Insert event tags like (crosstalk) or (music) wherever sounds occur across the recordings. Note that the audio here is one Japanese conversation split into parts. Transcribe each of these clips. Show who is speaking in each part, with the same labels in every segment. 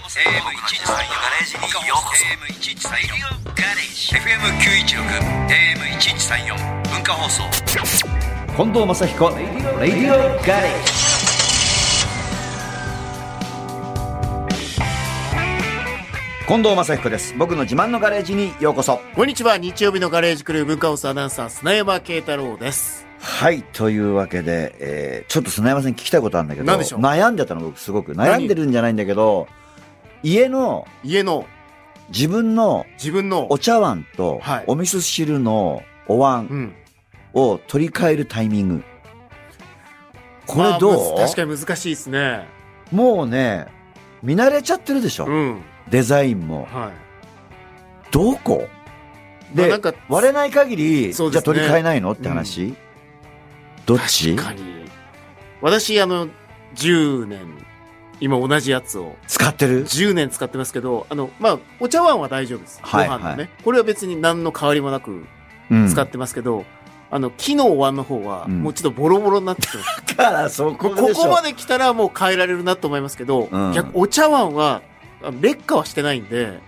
Speaker 1: AM1134 ガレージにようこそ AM1134 ガレージ FM916 AM1134 文化放送
Speaker 2: 近藤正彦レディオガレージ近藤正彦です僕の自慢のガレージにようこそ
Speaker 3: こんにちは日曜日のガレージクルー文化放送アナウンサー砂山慶太郎です
Speaker 2: はいというわけで、えーちょっと砂山さんに聞きたいことあるんだけど
Speaker 3: 何でしょう
Speaker 2: 悩んでたの僕すごく悩んでるんじゃないんだけど家の
Speaker 3: 家の
Speaker 2: 自分の
Speaker 3: 自分の
Speaker 2: お茶碗と
Speaker 3: はい
Speaker 2: お味噌汁のお椀
Speaker 3: うん
Speaker 2: を取り替えるタイミングこれどう
Speaker 3: まあむず確かに難しいですね
Speaker 2: もうね見慣れちゃってるでしょ、
Speaker 3: うん
Speaker 2: デザインも
Speaker 3: はい
Speaker 2: どこ
Speaker 3: まあ
Speaker 2: で、
Speaker 3: なんか
Speaker 2: 割れない限り、じゃ
Speaker 3: そう
Speaker 2: あ
Speaker 3: ですね
Speaker 2: 取り替えないのって話、どっち
Speaker 3: 確かに私あの10年今同じやつを
Speaker 2: 使ってる
Speaker 3: 10年使ってますけどあのまあお茶碗は大丈夫ですご
Speaker 2: はい
Speaker 3: 飯のね、
Speaker 2: はい
Speaker 3: これは別に何の変わりもなく
Speaker 2: うん
Speaker 3: 使ってますけど、あの木のお椀の方は
Speaker 2: うん
Speaker 3: もうちょっとボロボロになってきてます
Speaker 2: だから、そこ
Speaker 3: こ
Speaker 2: でしょ
Speaker 3: ここまで来たらもう変えられるなと思いますけど、
Speaker 2: うん
Speaker 3: 逆お茶碗はあ劣化はしてないんで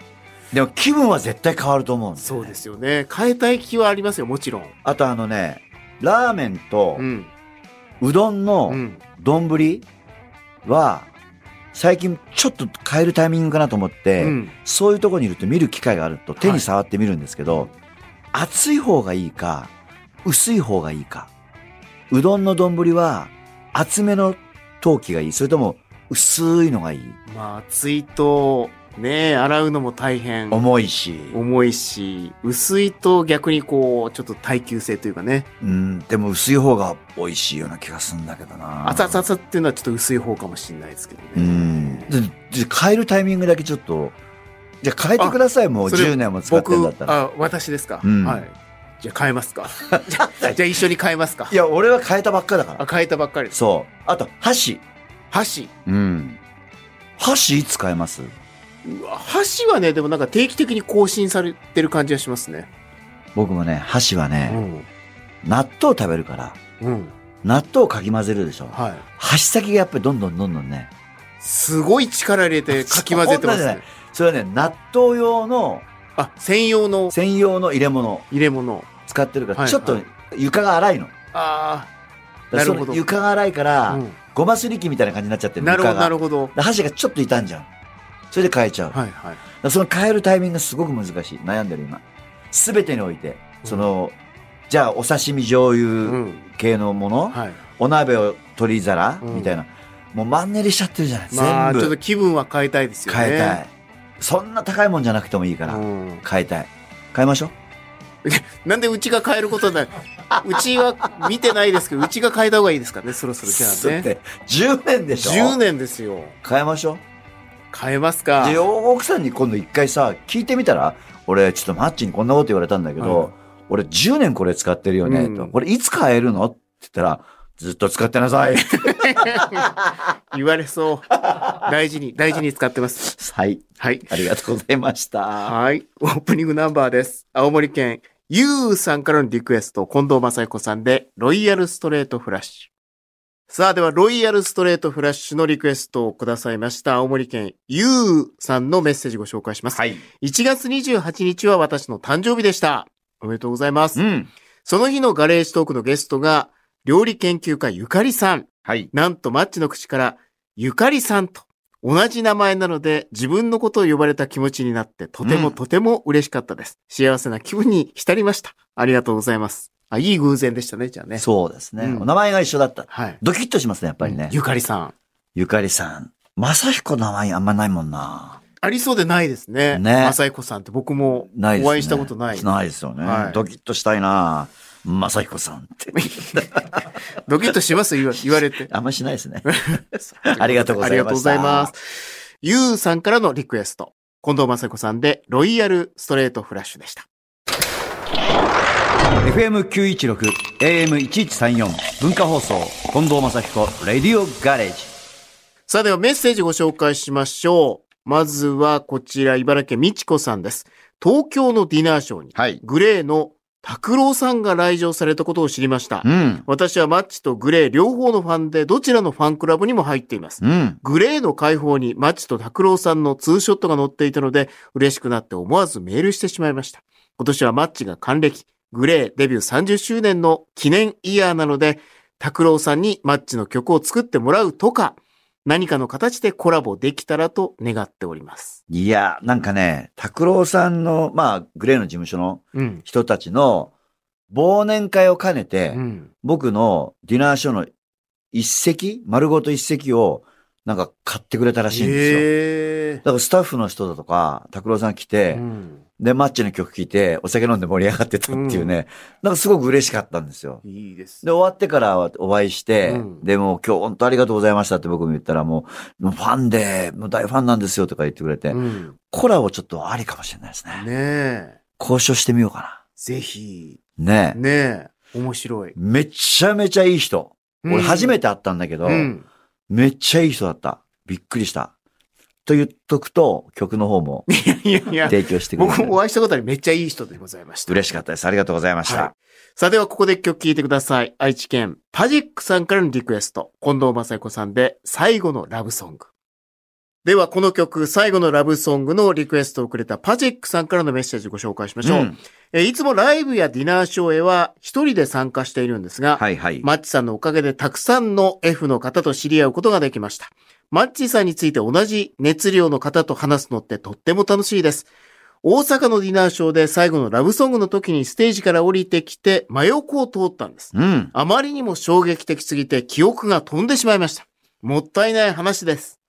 Speaker 2: でも気分は絶対変わると思うんだよね
Speaker 3: そうですよね変えたい気はありますよもちろん
Speaker 2: あとあのね、ラーメンと
Speaker 3: うん
Speaker 2: うどん
Speaker 3: う
Speaker 2: の
Speaker 3: ん
Speaker 2: 丼は、最近ちょっと変えるタイミングかなと思って、
Speaker 3: うん
Speaker 2: そういうとこにいると見る機会があると手に触って見るんですけど、
Speaker 3: はい
Speaker 2: 熱い方がいいか、薄い方がいいか。うどんの丼は厚めの陶器がいい。それとも薄いのがいい。
Speaker 3: まあ熱いとね洗うのも大変
Speaker 2: 重いし。
Speaker 3: 重いし薄いと逆にこうちょっと耐久性というかね
Speaker 2: うん、でも薄い方が美味しいような気がするんだけどな。
Speaker 3: 熱々っていうのはちょっと薄い方かもしれないですけどね
Speaker 2: うん。で、で変えるタイミングだけちょっと、じゃあ変えてください。もう
Speaker 3: それ
Speaker 2: 10年も使ってんだ
Speaker 3: 僕
Speaker 2: ったら。
Speaker 3: あ私ですか、
Speaker 2: うん
Speaker 3: はいじゃあ変えますか (laughs) じゃあじゃあ一緒に変えますか
Speaker 2: いや、俺は変えたばっかだか
Speaker 3: あ
Speaker 2: ら。
Speaker 3: 変えたばっかりです
Speaker 2: そう。あと、箸。
Speaker 3: 箸
Speaker 2: うん。箸使えます
Speaker 3: うわ箸はね、でもなんか定期的に更新されてる感じがしますね。
Speaker 2: 僕もね、箸はね、
Speaker 3: ん。
Speaker 2: 納豆食べるから、
Speaker 3: うん。
Speaker 2: 納豆をかき混ぜるでしょ。
Speaker 3: はい。
Speaker 2: 箸先がやっぱりどんどんどんどんね。
Speaker 3: すごい力入れてかき混ぜてま
Speaker 2: そんな
Speaker 3: す
Speaker 2: じゃな
Speaker 3: ね
Speaker 2: い。それはね、納豆用の
Speaker 3: あ、専用の
Speaker 2: 専用の入れ物
Speaker 3: 入れ物。
Speaker 2: 使ってるから、
Speaker 3: はい
Speaker 2: ちょっと床が荒いの。
Speaker 3: あ
Speaker 2: だからその
Speaker 3: なるほど
Speaker 2: 床が荒いから、
Speaker 3: あ、
Speaker 2: ごますり器みたいな感じになっちゃって
Speaker 3: う
Speaker 2: る
Speaker 3: ん。
Speaker 2: の
Speaker 3: なるほ
Speaker 2: 床
Speaker 3: ど、
Speaker 2: が。
Speaker 3: なるほど。
Speaker 2: で箸がちょっと傷んじゃう。それで変えちゃう。だか
Speaker 3: はいはい。
Speaker 2: らその変えるタイミングがすごく難しい。悩んでる今。すべてにおいて、その、じゃあお刺身醤
Speaker 3: う
Speaker 2: 油
Speaker 3: ん。
Speaker 2: 系のもの、
Speaker 3: はい。
Speaker 2: お鍋を取り皿、
Speaker 3: うん
Speaker 2: みたいな。もうマンネリしちゃってるじゃない。
Speaker 3: まあ、ち
Speaker 2: 全
Speaker 3: ょっと
Speaker 2: 部
Speaker 3: 気分は変えたいですよね。
Speaker 2: 変えたい。そんな高いもんじゃなくてもいいから、
Speaker 3: うん。
Speaker 2: 変えたい。変えましょう。
Speaker 3: なんでうちが変えることになる (laughs) うちは見てないですけど、うちが変えた方がいいですかね、そろそろじゃあ
Speaker 2: だっ
Speaker 3: ね。
Speaker 2: て10年でしょ
Speaker 3: 10年ですよ。
Speaker 2: 変えましょう。
Speaker 3: 変えますか。
Speaker 2: で、奥さんに今度一回さ、聞いてみたら、俺、ちょっとマッチにこんなこと言われたんだけど、
Speaker 3: はい
Speaker 2: 俺10年これ使ってるよね、
Speaker 3: うん
Speaker 2: と。これいつ変えるのって言ったら、ずっと使ってな
Speaker 3: (laughs)
Speaker 2: さい。
Speaker 3: 言われそう。大事に、大事に使ってます。
Speaker 2: はい。
Speaker 3: はい。
Speaker 2: ありがとうございました。
Speaker 3: はい。オープニングナンバーです。青森県、ゆうさんからのリクエスト、近藤正彦さんで、ロイヤルストレートフラッシュ。さあ、では、ロイヤルストレートフラッシュのリクエストをくださいました、青森県、ゆうさんのメッセージご紹介します。
Speaker 2: はい。
Speaker 3: 1月28日は私の誕生日でした。おめでとうございます
Speaker 2: う。ん。
Speaker 3: その日のガレージトークのゲストが、料理研究家ゆかりさん。
Speaker 2: はい。
Speaker 3: なんとマッチの口から、ゆかりさんと同じ名前なので自分のことを呼ばれた気持ちになってとても
Speaker 2: うん
Speaker 3: とても嬉しかったです。幸せな気分に浸りました。ありがとうございます。あ、いい偶然でしたね、じゃあね。
Speaker 2: そうですね、
Speaker 3: うん
Speaker 2: お名前が一緒だった。
Speaker 3: はい。やっ
Speaker 2: ドキッとしますね、やっぱりね。
Speaker 3: ゆかりさん。
Speaker 2: ゆかりさん。まさひこの名前あんまないもんな。
Speaker 3: ありそうでないですね。
Speaker 2: ね
Speaker 3: まさいこさんって僕も
Speaker 2: ないですね。
Speaker 3: お会いしたことない。
Speaker 2: ないですよね。
Speaker 3: はい
Speaker 2: ドキッとしたいな。まさひこさんって。
Speaker 3: ドキッとします言わ言わ
Speaker 2: (laughs)
Speaker 3: れて。
Speaker 2: あんましないですね。ありがとうございました
Speaker 3: ありがとうございます。ゆうさんからのリクエスト。近藤正子さんで、ロイヤルストレートフラッシュでした。
Speaker 2: FM916 AM1134 文化放送近藤正彦レディオガレージ
Speaker 3: さあではメッセージご紹介しましょう。まずはこちら、茨城県美智子さんです。東京のディナーショーに、
Speaker 2: はい
Speaker 3: グレーの拓郎さんが来場されたことを知りました
Speaker 2: う。ん。
Speaker 3: 私はマッチとグレー両方のファンで、どちらのファンクラブにも入っています。
Speaker 2: うん。
Speaker 3: グレーの解放にマッチと拓郎さんのツーショットが載っていたので、嬉しくなって思わずメールしてしまいました。今年はマッチが還暦、グレーデビュー30周年の記念イヤーなので、拓郎さんにマッチの曲を作ってもらうとか、何かの形でコラボできたらと願っております。
Speaker 2: いや、なんかね、拓郎さんの、まあ、グレーの事務所の
Speaker 3: うん。
Speaker 2: 人たちの忘年会を兼ねて、
Speaker 3: うん。
Speaker 2: 僕のディナーショーの一席、丸ごと一席を、なんか買ってくれたらしいんですよ。
Speaker 3: へ
Speaker 2: だからスタッフの人だとか、拓郎さん来
Speaker 3: え
Speaker 2: て、
Speaker 3: うん。
Speaker 2: で、マッチの曲聴いて、お酒飲んで盛り上がってたっていうね、なんかすごく嬉しかったんですよ。
Speaker 3: いいです
Speaker 2: で、
Speaker 3: ね。
Speaker 2: 終わってからお会いして、
Speaker 3: うん
Speaker 2: で、もう今日本当ありがとうございましたって僕も言ったら、もう、もうファンで、もう大ファンなんですよとか言ってくれて、
Speaker 3: うん。
Speaker 2: コラボちょっとありかもしれないですね。
Speaker 3: ねえ。
Speaker 2: 交渉してみようか
Speaker 3: ぜひ。
Speaker 2: な。ねえ。
Speaker 3: ねえ。面白い。
Speaker 2: めちゃめちゃいい人。俺初め
Speaker 3: て。
Speaker 2: て会ったんだけど、
Speaker 3: うん。
Speaker 2: めっちゃいい人だった。びっくりした。と言っとくと、曲の方も
Speaker 3: いやいや。
Speaker 2: 提供してくれ
Speaker 3: 僕
Speaker 2: て
Speaker 3: もお会いしたことありめっちゃいい人でございました。
Speaker 2: 嬉しかったです。ありがとうございました。
Speaker 3: はいさあではここで一曲聴いてください。愛知県パジックさんからのリクエスト。近藤正彦さんで最後のラブソング。ではこの曲、最後のラブソングのリクエストをくれたパジックさんからのメッセージご紹介しましょう。
Speaker 2: うん
Speaker 3: えーいつもライブやディナーショーへは一人で参加しているんですが、
Speaker 2: はいはい。
Speaker 3: マッチさんのおかげでたくさんの F の方と知り合うことができました。マッチさんについて同じ熱量の方と話すのってとっても楽しいです。大阪のディナーショーで最後のラブソングの時にステージから降りてきて真横を通ったんです。
Speaker 2: うん。
Speaker 3: あまりにも衝撃的すぎて記憶が飛んでしまいました。もったいない話です。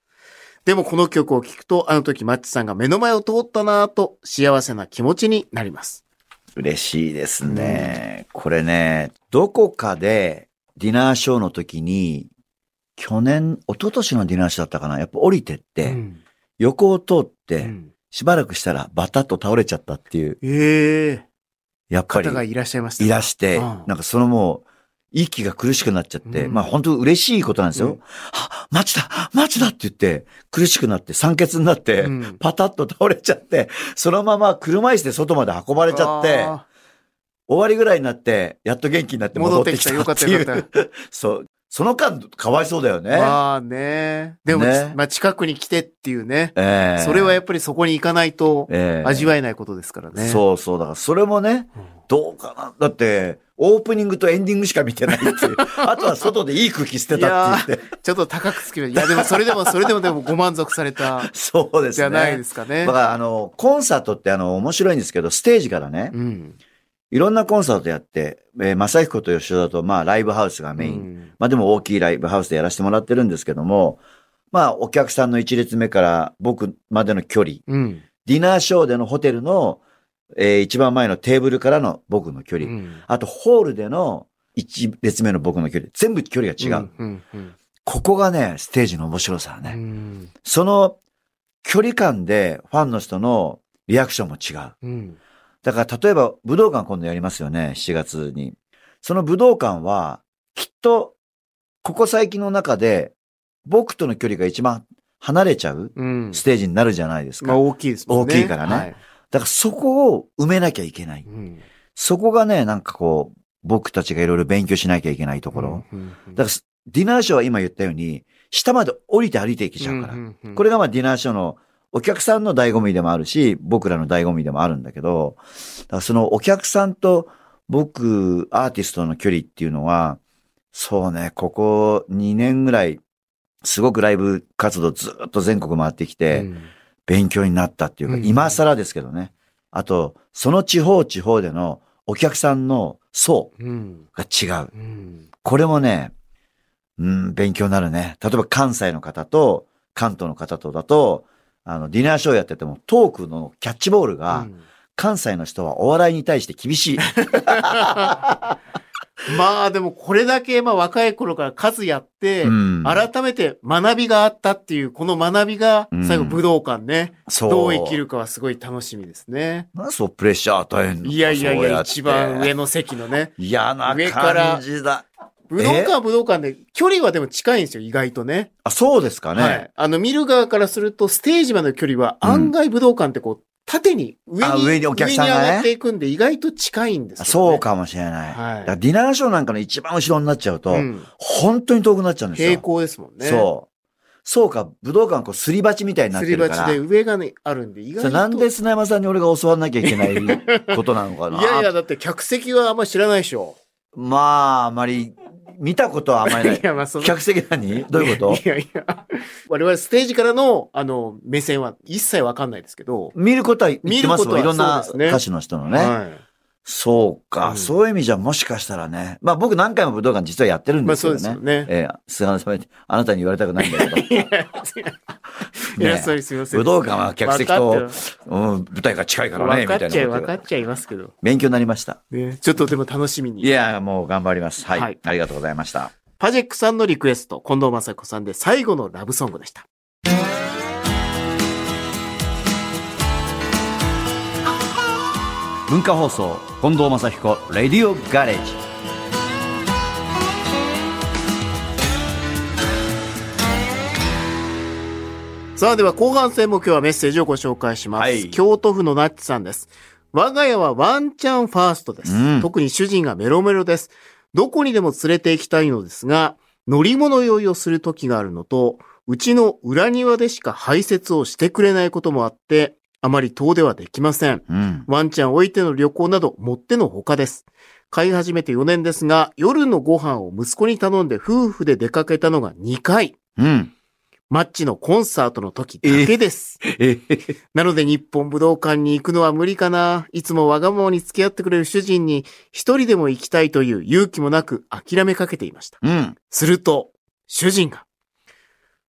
Speaker 3: でもこの曲を聴くとあの時マッチさんが目の前を通ったなぁと幸せな気持ちになります。
Speaker 2: 嬉しいですね。これね、どこかでディナーショーの時に、去年、一昨年のディナーショーだったかなやっぱ降りてって、
Speaker 3: うん
Speaker 2: 横を通っ
Speaker 3: う
Speaker 2: て、
Speaker 3: ん
Speaker 2: しばらくしたらバタッと倒れちゃったっていう、
Speaker 3: ええ
Speaker 2: やっぱり
Speaker 3: 方がいらっしゃいました。
Speaker 2: いらして、
Speaker 3: うん
Speaker 2: なんかそのもう、息が苦しくなっちゃって、
Speaker 3: うん
Speaker 2: まあ本当嬉しいことなんです
Speaker 3: う
Speaker 2: よ
Speaker 3: ん。
Speaker 2: あ、マッチだマッチだって言って、苦しくなって、酸欠になって、
Speaker 3: うん
Speaker 2: パタッと倒れちゃって、そのまま車椅子で外まで運ばれちゃって、
Speaker 3: あ
Speaker 2: 終わりぐらいになって、やっと元気になって
Speaker 3: ー
Speaker 2: 戻
Speaker 3: 戻
Speaker 2: っ
Speaker 3: ってて
Speaker 2: き
Speaker 3: き
Speaker 2: た
Speaker 3: た。よか
Speaker 2: っ
Speaker 3: ってた
Speaker 2: い
Speaker 3: よかっ
Speaker 2: う。 (laughs) そう。その間、かわいそうだよね。
Speaker 3: た。まあね。でも、
Speaker 2: ね
Speaker 3: まあ近くに来てっていうね。
Speaker 2: ええ
Speaker 3: それはやっぱりそこに行かないと
Speaker 2: ええ
Speaker 3: 味わえないことですからね。
Speaker 2: そうそう。だから、それもね、
Speaker 3: うん。
Speaker 2: どうかな。だって、オープニングとエンディングしか見てないって
Speaker 3: (laughs)
Speaker 2: いう。あとは外でいい空気捨てたって言って。
Speaker 3: ちょっと高くつける。いや、でもそれでも、それでもでもご満足された
Speaker 2: そう (laughs) ですね。
Speaker 3: じゃないですかね。
Speaker 2: だから、あの、コンサートって、あの、面白いんですけど、ステージからね、
Speaker 3: うん。い
Speaker 2: いろんなコンサートやって、えー、正彦と吉田だと、まあ、ライブハウスがメイン。
Speaker 3: ン。
Speaker 2: まあ、でも大きいライブハウスでやらせてもらってるんですけども、まあ、お客さんの一列目から僕までの距離、
Speaker 3: うん。
Speaker 2: ディナーショーでのホテルの、えー一番前のテーブルからの僕の距離、
Speaker 3: ん。
Speaker 2: あと、ホールでの一列目の僕の距離、全部距離が違う。
Speaker 3: うん。うん。
Speaker 2: ここがね、ステージの面白さだ
Speaker 3: う
Speaker 2: ね。
Speaker 3: ん。
Speaker 2: その距離感でファンの人のリアクションも違う。
Speaker 3: うん。
Speaker 2: だから例えば武道館今度やりますよね、7月に。その武道館は、きっと、ここ最近の中で、僕との距離が一番離れちゃう
Speaker 3: うん。
Speaker 2: ステージになるじゃないです
Speaker 3: ま
Speaker 2: か。
Speaker 3: あ
Speaker 2: だ
Speaker 3: 大きいですもんね。
Speaker 2: 大きいからね
Speaker 3: はい
Speaker 2: からそこを埋めなきゃいけない。
Speaker 3: うん。
Speaker 2: そこがね、なんかこう、僕たちがいろいろ勉強しなきゃいけないところ。
Speaker 3: うん。うん
Speaker 2: だから、ディナーショーは今言ったように、下まで降りて歩いていけちゃうから。
Speaker 3: ら
Speaker 2: これがまあディナーショーのお客さんの醍醐味でもあるし、僕らの醍醐味でもあるんだけど、だからそのお客さんと僕、アーティストの距離っていうのは、そうね、ここ2年ぐらい、すごくライブ活動ずっと全国回ってきて、勉強になったっていうか、
Speaker 3: うん
Speaker 2: 今更ですけどね。あと、その地方地方でのお客さんの層
Speaker 3: うん。
Speaker 2: が違う。
Speaker 3: うん。
Speaker 2: これもね、うん、勉強になるね。例えば関西の方と関東の方とだと、あの、ディナーショーやっててもトークのキャッチボールが、
Speaker 3: うん
Speaker 2: 関西の人はお笑いに対して厳しい。
Speaker 3: (laughs) まあでもこれだけまあ若い頃から数やって、
Speaker 2: うん
Speaker 3: 改めて学びがあったっていう、この学びが
Speaker 2: うん
Speaker 3: 最後武道館ね、
Speaker 2: そう。
Speaker 3: どう生きるかはすごい楽しみですね。
Speaker 2: なんでそうプレッシャー与えんの
Speaker 3: いやいやい
Speaker 2: そう
Speaker 3: や、
Speaker 2: って
Speaker 3: 一番上の席の
Speaker 2: (laughs)
Speaker 3: ね。
Speaker 2: 嫌な
Speaker 3: 上から
Speaker 2: 感じだ。
Speaker 3: 武道館は武道館で、距離はでも近いんですよ、意外とね。
Speaker 2: あ、そうですかね。
Speaker 3: はい。あの、見る側からすると、ステージまでの距離は
Speaker 2: うん
Speaker 3: 案外武道館ってこう、縦に、上
Speaker 2: あ
Speaker 3: に、
Speaker 2: 上にお客さんがね
Speaker 3: 上に上がっていくんで、意外と近いんですよ、ね。
Speaker 2: そう。かもしれない。
Speaker 3: はい
Speaker 2: だからディナーショーなんかの一番後ろになっちゃうと、
Speaker 3: うん
Speaker 2: 本当に遠くなっちゃうんですよ。
Speaker 3: 平行ですもんね。
Speaker 2: そう。そうか、武道館こうすり鉢みたいになっ
Speaker 3: す
Speaker 2: て
Speaker 3: り
Speaker 2: る
Speaker 3: 鉢
Speaker 2: から。
Speaker 3: で上がね、あるんで、意
Speaker 2: それ
Speaker 3: 外と。
Speaker 2: なんで砂山さんに俺が教わんなきゃいけ
Speaker 3: (laughs)
Speaker 2: ないことなのか
Speaker 3: い
Speaker 2: な
Speaker 3: やいや、だって客席はあんまり知らないでしょ。
Speaker 2: まあ、あまり、見たことはあ
Speaker 3: (laughs)
Speaker 2: まりないい。
Speaker 3: や、まあ、その。
Speaker 2: 客席何どういうこと
Speaker 3: いやいや。我々ステージからの、あの、目線は一切わかんないですけど。
Speaker 2: 見ることは言ってますもん。
Speaker 3: 見
Speaker 2: いろ
Speaker 3: るこ
Speaker 2: ん
Speaker 3: とは
Speaker 2: な
Speaker 3: そうですね
Speaker 2: 歌手の人のね。
Speaker 3: は
Speaker 2: そうか、
Speaker 3: うん
Speaker 2: そういう意味じゃもしかしたらね。まあ僕何回も武道館実はやってる
Speaker 3: い。
Speaker 2: ん
Speaker 3: まあ、
Speaker 2: ですけ
Speaker 3: そう
Speaker 2: ど
Speaker 3: です
Speaker 2: ね。
Speaker 3: よね。
Speaker 2: ええ菅原さんに、あなたに言われたくないんだけど。
Speaker 3: (laughs) いやいやいや、
Speaker 2: ね
Speaker 3: それすみません。
Speaker 2: 武道館は客席
Speaker 3: わか
Speaker 2: と
Speaker 3: っ、
Speaker 2: うん、舞台が近い
Speaker 3: て
Speaker 2: か
Speaker 3: る
Speaker 2: らね、
Speaker 3: わ
Speaker 2: み
Speaker 3: か
Speaker 2: たい
Speaker 3: っ
Speaker 2: な
Speaker 3: ちゃい、
Speaker 2: こと
Speaker 3: わ
Speaker 2: で
Speaker 3: かっちゃいますけど。
Speaker 2: 勉強になりました。
Speaker 3: ね、ちょっとでも楽しみに。
Speaker 2: いや、もう頑張ります。はい。
Speaker 3: はい
Speaker 2: ありがとうございました。
Speaker 3: パジェックさんのリクエスト、近藤正子さんで最後のラブソングでした。
Speaker 2: 文化放送、近藤正彦、レディオガレージ。
Speaker 3: さあ、では後半戦も今日はメッセージをご紹介します。
Speaker 2: はい
Speaker 3: 京都府のナッチさんです。我が家はワンチャンファーストです。
Speaker 2: うん
Speaker 3: 特に主人がメロメロです。どこにでも連れて行きたいのですが、乗り物酔いをする時があるのと、うちの裏庭でしか排泄をしてくれないこともあって、あまり遠出はできません。
Speaker 2: うん。
Speaker 3: ワンちゃん置いての旅行などもってのほかです。飼い始めて4年ですが、夜のご飯を息子に頼んで夫婦で出かけたのが2回。
Speaker 2: うん。
Speaker 3: マッチのコンサートの時だけです。
Speaker 2: え
Speaker 3: なので日本武道館に行くのは無理かな。いつもわがままに付き合ってくれる主人に一人でも行きたいという勇気もなく諦めかけていました。
Speaker 2: うん。
Speaker 3: すると、主人が、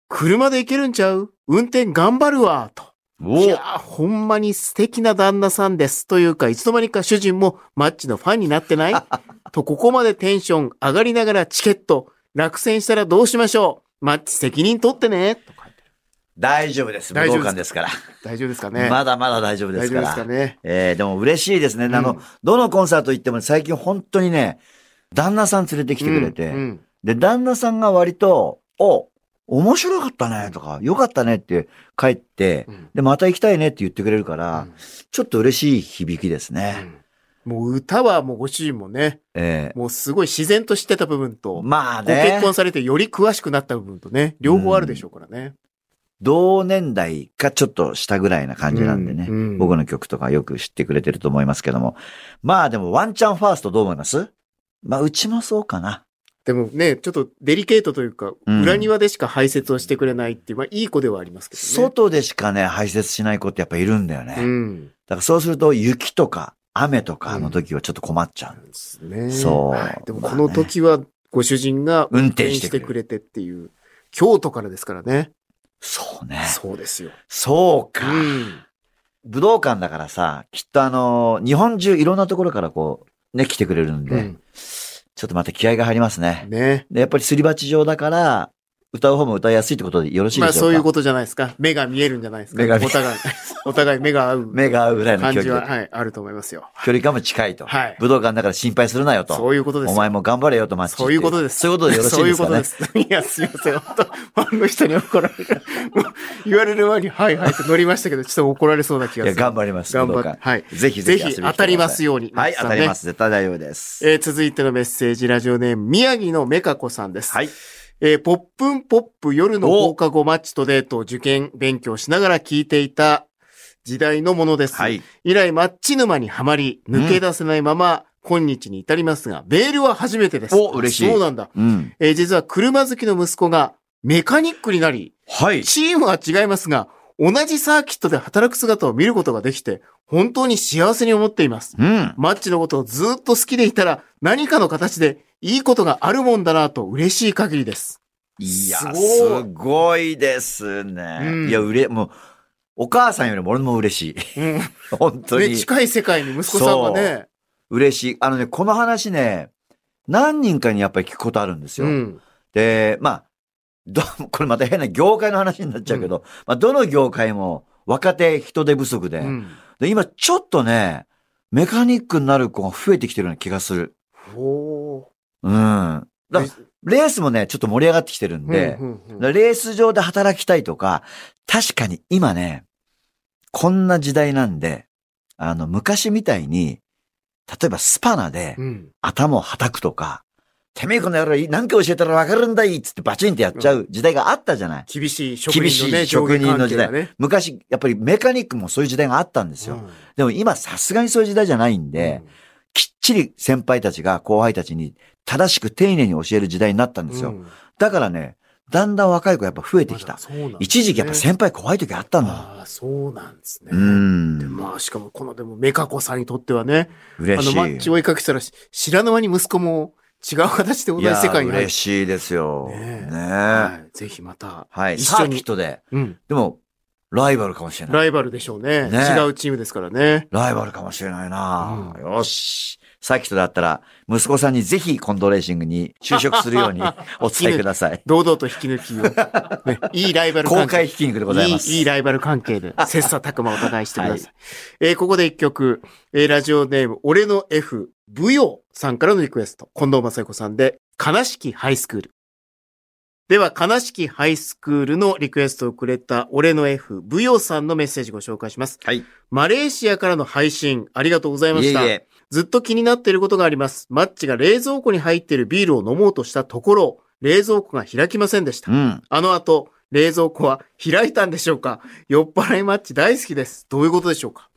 Speaker 3: 車で行けるんちゃう運転頑張るわ、と。いや
Speaker 2: お
Speaker 3: ー、ほんまに素敵な旦那さんです。というか、いつの間にか主人もマッチのファンになっ
Speaker 2: (laughs)
Speaker 3: てないと、ここまでテンション上がりながらチケット、落選したらどうしましょうマッチ責任取ってね。と書いてある
Speaker 2: 大丈夫です。武
Speaker 3: 大丈
Speaker 2: 道
Speaker 3: 夫です
Speaker 2: 館ですから。
Speaker 3: 大丈夫ですかね
Speaker 2: まだまだ大丈夫で
Speaker 3: 大
Speaker 2: す
Speaker 3: 丈夫
Speaker 2: か
Speaker 3: で
Speaker 2: ら。
Speaker 3: すかね。
Speaker 2: えー、でも嬉しいですね。あ
Speaker 3: う
Speaker 2: の
Speaker 3: ん、
Speaker 2: どのコンサート行っても最近本当にね、旦那さん連れてきてくれて、
Speaker 3: うんうん
Speaker 2: で、旦那さんが割と、お、面白かったねとか、よかったねって帰って、
Speaker 3: うん
Speaker 2: で、また行きたいねって言ってくれるから、
Speaker 3: うん
Speaker 2: ちょっと嬉しい響きですね。
Speaker 3: もう歌はもうご主人もね、
Speaker 2: え
Speaker 3: もうすごい自然と知ってた部分
Speaker 2: ー
Speaker 3: と、
Speaker 2: まあ
Speaker 3: ご結
Speaker 2: ね、
Speaker 3: 婚されてより詳しくなった部分とね、両方あるでしょうからね。
Speaker 2: 同年代かちょっと下ぐらいな感じなんでね、
Speaker 3: うんうん
Speaker 2: 僕の曲とかよく知ってくれてると思いますけども。まあでもワンチャンファーストどう思いますまあうちもそうかな。
Speaker 3: でもね、ちょっとデリケートというか、
Speaker 2: うん
Speaker 3: 裏庭でしか排泄をしてくれないっていう、まあいい子ではありますけどね。
Speaker 2: 外でしかね、排泄しない子ってやっぱいるんだよね。
Speaker 3: う
Speaker 2: だ
Speaker 3: ん。
Speaker 2: からそうすると雪とか雨とかの時はちょっと困っちゃう。
Speaker 3: ですね。
Speaker 2: そう
Speaker 3: はいでも
Speaker 2: まあ
Speaker 3: こ
Speaker 2: ね
Speaker 3: の時はご主人が
Speaker 2: 運
Speaker 3: 運
Speaker 2: 転
Speaker 3: 転
Speaker 2: し
Speaker 3: してて
Speaker 2: く
Speaker 3: く
Speaker 2: れる。
Speaker 3: れてっていう、京都からですからね。
Speaker 2: そうね。
Speaker 3: そうですよ。
Speaker 2: そう
Speaker 3: う
Speaker 2: か。
Speaker 3: ん。
Speaker 2: 武道館だからさ、きっとあのー日本中いろんなところからこう、ね、来てくれるんで、
Speaker 3: うん
Speaker 2: ちょっとまた気合が入りますね。
Speaker 3: ね。
Speaker 2: で、やっぱりすり鉢状だから、歌う方も歌いやすいってことでよろしい
Speaker 3: ま
Speaker 2: で
Speaker 3: あ
Speaker 2: しょうか、
Speaker 3: そういうことじゃないですか。目が見えるんじゃないですか。
Speaker 2: 目が見え (laughs)
Speaker 3: お互い、お互い目が合う
Speaker 2: 目が合うぐらいの
Speaker 3: 感
Speaker 2: 距
Speaker 3: じは、
Speaker 2: 離で、
Speaker 3: はい、あると思いますよ。
Speaker 2: 距離感も近いと。
Speaker 3: はい
Speaker 2: 武道館だから心配するなよと。
Speaker 3: そういうことです
Speaker 2: お
Speaker 3: よ。
Speaker 2: 前も頑張れよとマッチって
Speaker 3: そういうことです。
Speaker 2: そういうことでよろしいですかね。
Speaker 3: そういうことです。いや、すいません。本当ファンの人に怒られる。もう言われる前に、はいはいって乗りましたけど、ちょっと怒られそうな気
Speaker 2: い
Speaker 3: がす
Speaker 2: や、
Speaker 3: る。
Speaker 2: 頑張ります。
Speaker 3: 頑張
Speaker 2: 武
Speaker 3: っ
Speaker 2: 道館
Speaker 3: はい
Speaker 2: ぜひ
Speaker 3: ぜ
Speaker 2: ぜ
Speaker 3: ひ
Speaker 2: ひ。
Speaker 3: 当たりますように。
Speaker 2: はい、
Speaker 3: 皆さ
Speaker 2: 当
Speaker 3: ん
Speaker 2: た
Speaker 3: ね
Speaker 2: りま。す。絶対大丈夫です。
Speaker 3: えー続いてのメッセージ、ラジオネーム、宮城のメカ子さんです。
Speaker 2: はい。
Speaker 3: えーポップンポップ夜の放課後マッチとデートを受験、勉強しながら聞いていた時代のものです。
Speaker 2: はい。
Speaker 3: 以来、マッチ沼にはまり、抜け出せないまま、今日に至りますが、メールは初めてです。
Speaker 2: お嬉しい
Speaker 3: そうなんだ。
Speaker 2: うん。
Speaker 3: えー実は車好きの息子がメカニックになり、
Speaker 2: はい。
Speaker 3: チームは違いますが、同じサーキットで働く姿を見ることができて、本当に幸せに思っています。
Speaker 2: うん。
Speaker 3: マッチのことをずっと好きでいたら、何かの形でいいことがあるもんだなと嬉しい限りです。
Speaker 2: いや、
Speaker 3: す
Speaker 2: す
Speaker 3: ごい
Speaker 2: ごいですね。
Speaker 3: うん
Speaker 2: いや、うれ、もう、お母さんよりも俺も嬉しい。 (laughs)
Speaker 3: うん。
Speaker 2: 本当
Speaker 3: ね、
Speaker 2: に。
Speaker 3: 近い世界に息子さんがね。
Speaker 2: 嬉しい。あのね、この話ね、何人かにやっぱり聞くことあるんです
Speaker 3: う
Speaker 2: よ。
Speaker 3: ん。
Speaker 2: で、まあ、ど、 (laughs) これまた変な業界の話になっちゃうけど、まあ、どの業界も若手人手不足で、
Speaker 3: うん
Speaker 2: で、今ちょっとね、メカニックになる子が増えてきてるような気がする。
Speaker 3: おー
Speaker 2: うん。だレースもね、ちょっと盛り上がってきてるんで、
Speaker 3: うんうんうん
Speaker 2: だからレース上で働きたいとか、確かに今ね、こんな時代なんで、あの、昔みたいに、例えばスパナで
Speaker 3: うん。
Speaker 2: 頭を叩くとか、てめえこの野郎何か教えたらわかるんだいっつってバチンってやっちゃう時代があったじゃない。
Speaker 3: 厳しい職人のね、
Speaker 2: 厳しい職人の時代
Speaker 3: 上下関係がね。
Speaker 2: 昔、やっぱりメカニックもそういう時代があったんですよ。
Speaker 3: うん
Speaker 2: でも今さすがにそういう時代じゃないんで、きっちり先輩たちが後輩たちに正しく丁寧に教える時代になったんですよ。
Speaker 3: うん
Speaker 2: だからね、だんだん若い子やっぱ増えてき
Speaker 3: ま
Speaker 2: た
Speaker 3: だ。そうなんですね
Speaker 2: 一時期やっぱ先輩怖い時あったんだ。
Speaker 3: ああ、そうなんですね。
Speaker 2: う
Speaker 3: で
Speaker 2: ん。
Speaker 3: まあ、しかも、このでも、メカ子さんにとってはね、あ
Speaker 2: 嬉し
Speaker 3: の、
Speaker 2: い。
Speaker 3: マッチを追いかけてたらし、知らぬ間に息子も違う形で同
Speaker 2: い
Speaker 3: じ
Speaker 2: や
Speaker 3: 世界に入
Speaker 2: 嬉
Speaker 3: って、
Speaker 2: しいですよ。
Speaker 3: ね
Speaker 2: ねえ。
Speaker 3: えはいぜひまた、
Speaker 2: はい。
Speaker 3: 一
Speaker 2: 一
Speaker 3: 緒
Speaker 2: 緒
Speaker 3: に
Speaker 2: に。キットで。
Speaker 3: うん、
Speaker 2: でも、ライバルかもしれない。
Speaker 3: ライバルでしょうね
Speaker 2: ね
Speaker 3: 違うチームですからね。
Speaker 2: ライバルかもしれないな、
Speaker 3: う
Speaker 2: よし。サーキットだったら、息子さんにぜひコンドレーシングに就職する
Speaker 3: (laughs)
Speaker 2: ようにお伝えください。
Speaker 3: 堂々と引き抜
Speaker 2: (laughs)
Speaker 3: きを、ね、いいライバル
Speaker 2: 公
Speaker 3: 関
Speaker 2: 開
Speaker 3: 係。
Speaker 2: ひき肉でございます。
Speaker 3: いい、いいライバル関係で、切磋琢磨お互いしてください。
Speaker 2: は
Speaker 3: えーここで一曲、えーラジオネーム、俺の F、舞踊さんからのリクエスト、近藤正彦さんで、悲しきハイスクール。では、悲しきハイスクールのリクエストをくれた、俺の F、舞踊さんのメッセージご紹介します。
Speaker 2: はい。
Speaker 3: マレーシアからの配信、ありがとうございま
Speaker 2: いえ
Speaker 3: し
Speaker 2: い
Speaker 3: た。
Speaker 2: え。
Speaker 3: ずっと気になっていることがあります。マッチが冷蔵庫に入っているビールを飲もうとしたところ、冷蔵庫が開きませんでした
Speaker 2: う。ん。
Speaker 3: あの後、冷蔵庫は開いたんでしょうか酔っ払いマッチ大好きです。どういうことでしょうか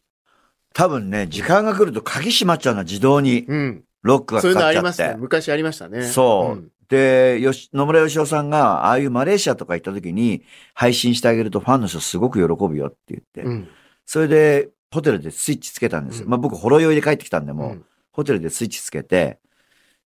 Speaker 2: 多分ね、時間が来ると鍵閉まっちゃうのは自動に
Speaker 3: うん。
Speaker 2: ロックが
Speaker 3: そうい
Speaker 2: か
Speaker 3: うの
Speaker 2: か
Speaker 3: あ
Speaker 2: っち
Speaker 3: り
Speaker 2: ゃ
Speaker 3: ま
Speaker 2: っ
Speaker 3: したね。
Speaker 2: て。
Speaker 3: 昔ありましたね。
Speaker 2: そうで、よし、野村義雄さんが、ああいうマレーシアとか行った時に、配信してあげるとファンの人すごく喜ぶよって言って、
Speaker 3: うん。うん。
Speaker 2: それで、ホテルでスイッチつけたんですよ。
Speaker 3: うん
Speaker 2: まあ僕、ほろ酔いで帰ってきたんで、もう、
Speaker 3: うん
Speaker 2: ホテルでスイッチつけて、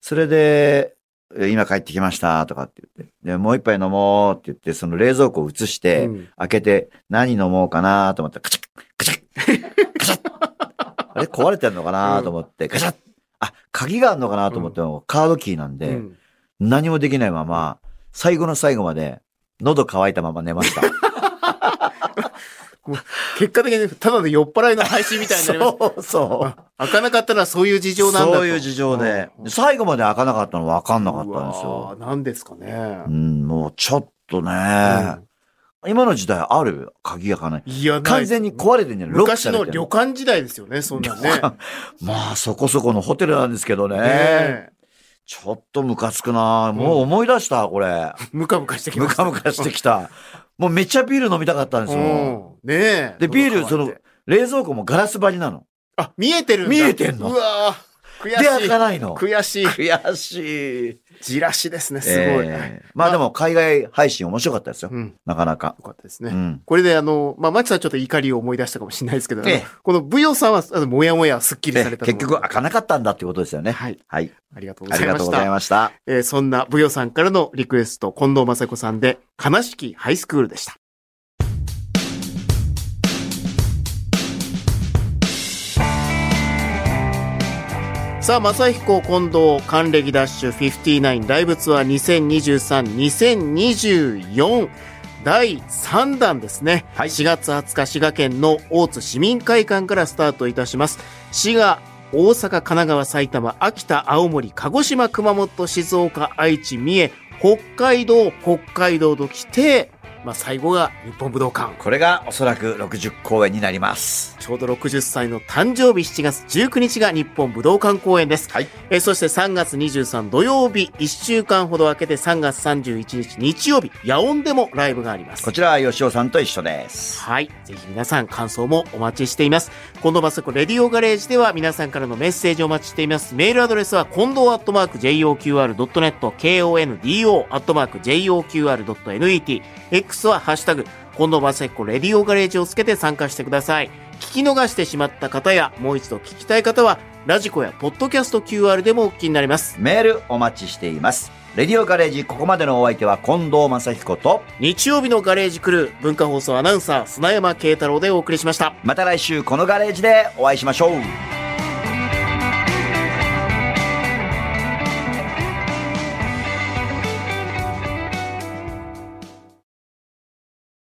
Speaker 2: それで、え今帰ってきましたとかって言って、で、もう一杯飲もうって言って、その冷蔵庫を移して、
Speaker 3: うん
Speaker 2: 開けて、何飲もうかなと思ったら、カチャッ、カチャッ、カチャッ。
Speaker 3: (laughs)
Speaker 2: あれ壊れてんのかなと思って、カチャッ。あ、鍵があるのかなと思っても、カードキーなん
Speaker 3: う
Speaker 2: で、
Speaker 3: ん
Speaker 2: 何もできないまま、最後の最後まで、喉乾いたまま寝ま
Speaker 3: (laughs)
Speaker 2: した。
Speaker 3: 結果的に、ただの酔っ払いの配信みたいになりまし
Speaker 2: そうそう。
Speaker 3: た。開かなかったらそういう事情なんだと。
Speaker 2: そういう事情で
Speaker 3: う。ん
Speaker 2: で最後まで開かなかったの分かんなかったんです
Speaker 3: うわ
Speaker 2: よ。
Speaker 3: ー何ですかね。
Speaker 2: うん、もうちょっとね、
Speaker 3: うん
Speaker 2: 今の時代ある鍵開かない。
Speaker 3: いや、ない
Speaker 2: 完全に壊れてんじゃないロック
Speaker 3: 昔
Speaker 2: され
Speaker 3: の
Speaker 2: てん
Speaker 3: 旅館時代ですよね、そんなんね。ね
Speaker 2: (laughs) まあそこそこのホテルなんですけどね。
Speaker 3: え
Speaker 2: ちょっとムカつくなもう思い出した、こ
Speaker 3: (laughs)
Speaker 2: れ。
Speaker 3: ムカムカしてき
Speaker 2: ム
Speaker 3: ました。
Speaker 2: カムカしてきた。もうめっちゃビール飲みたかったんですよ。
Speaker 3: うんねえ。
Speaker 2: で、ビール、そ
Speaker 3: 喉乾い
Speaker 2: の
Speaker 3: て、
Speaker 2: 冷蔵庫もガラス張りなの。
Speaker 3: あ、見えてるんだ。
Speaker 2: 見えてんの
Speaker 3: うわー悔しい。
Speaker 2: で、開かないの。
Speaker 3: 悔しい。
Speaker 2: 悔しい。
Speaker 3: じらしですね、すごい。
Speaker 2: えーまあでも海外配信面白かったですよ。
Speaker 3: うん。よ
Speaker 2: なかなか。
Speaker 3: かったです
Speaker 2: う
Speaker 3: ね。
Speaker 2: ん。
Speaker 3: これで、あの、まあ、マチさんちょっと怒りを思い出したかもしれないですけど、あの
Speaker 2: ええ
Speaker 3: このブヨさんは、あの、もやもやすっきりされ
Speaker 2: で
Speaker 3: たと
Speaker 2: 結
Speaker 3: 思
Speaker 2: 局
Speaker 3: う
Speaker 2: 開かなかったんだっていうことですよね。
Speaker 3: はい。
Speaker 2: はい。
Speaker 3: ありがとうご
Speaker 2: あ
Speaker 3: ざ
Speaker 2: りが
Speaker 3: いま
Speaker 2: とう
Speaker 3: し
Speaker 2: ござい
Speaker 3: た。
Speaker 2: ました。
Speaker 3: えーそんなブヨさんからのリクエスト、近藤正子さんで、悲しきハイスクールでした。さあ、正彦近藤還暦ダッシュ59ライブツアー2023-2024第3弾ですね。
Speaker 2: はい
Speaker 3: 4月20日滋賀県の大津市民会館からスタートいたします。滋賀、大阪、神奈川、埼玉、秋田、青森、鹿児島、熊本、静岡、愛知、三重、北海道、北海道と来て、まあ最後が日本武道館。
Speaker 2: これがおそらく60公演になります。
Speaker 3: ちょうど60歳の誕生日7月19日が日本武道館公演です。
Speaker 2: はい
Speaker 3: えーそして3月23土曜日、1週間ほど空けて3月31日日曜日、夜音でもライブがあります。
Speaker 2: こちらは吉尾さんと一緒です。
Speaker 3: はい。ぜひ皆さん感想もお待ちしています。近藤正子レディオガレージでは皆さんからのメッセージをお待ちしています。メールアドレスは近藤アットマーク JOQR.net、KONDO アットマーク JOQR.net、X はハッシュタグ、近藤正彦レディオガレージをつけて参加してください。聞き逃してしまった方や、もう一度聞きたい方は、ラジコやポッドキャスト QR でもお聞きになります。
Speaker 2: メールお待ちしています。レディオガレージ、ここまでのお相手は近藤正彦と、
Speaker 3: 日曜日のガレージクルー、文化放送アナウンサー、砂山慶太郎でお送りしました。
Speaker 2: また来週このガレージでお会いしましょう。